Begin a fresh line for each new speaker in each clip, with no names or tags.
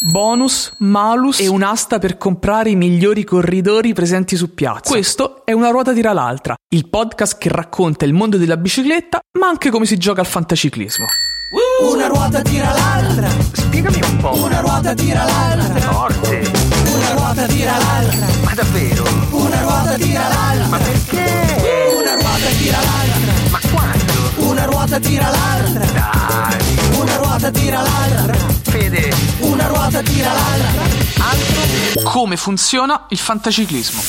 bonus, malus e un'asta per comprare i migliori corridori presenti su piazza. Questo è Una ruota tira l'altra, il podcast che racconta il mondo della bicicletta, ma anche come si gioca al fantaciclismo.
Una ruota tira l'altra,
Spiegami un po'.
una ruota tira l'altra,
Forte.
una ruota tira l'altra,
Ma davvero?
una ruota tira l'altra,
Ma perché?
una ruota tira l'altra,
Ma quando?
una ruota tira l'altra,
Dai.
una ruota tira l'altra,
Fede,
una ruota tira l'altra.
Come funziona il fantaciclismo?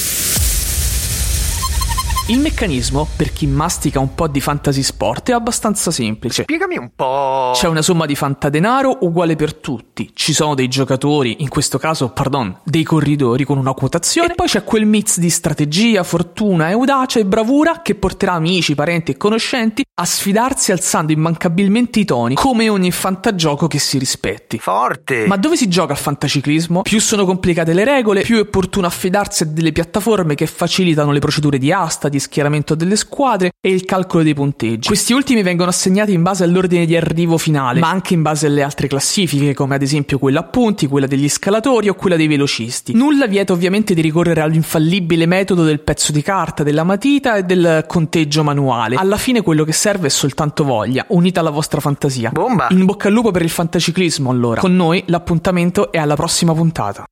Il meccanismo, per chi mastica un po' di fantasy sport, è abbastanza semplice.
spiegami un po'.
C'è una somma di fantadenaro uguale per tutti. Ci sono dei giocatori, in questo caso, pardon, dei corridori con una quotazione. E poi c'è quel mix di strategia, fortuna, eudacia e bravura che porterà amici, parenti e conoscenti a sfidarsi alzando immancabilmente i toni, come ogni fantagioco che si rispetti.
Forte.
Ma dove si gioca al fantaciclismo? Più sono complicate le regole, più è opportuno affidarsi a delle piattaforme che facilitano le procedure di asta, di schieramento delle squadre e il calcolo dei punteggi. Questi ultimi vengono assegnati in base all'ordine di arrivo finale, ma anche in base alle altre classifiche, come ad esempio quella a punti, quella degli scalatori o quella dei velocisti. Nulla vieta ovviamente di ricorrere all'infallibile metodo del pezzo di carta, della matita e del conteggio manuale. Alla fine quello che serve è soltanto voglia, unita alla vostra fantasia.
Bomba.
In bocca al lupo per il fantaciclismo, allora. Con noi l'appuntamento è alla prossima puntata.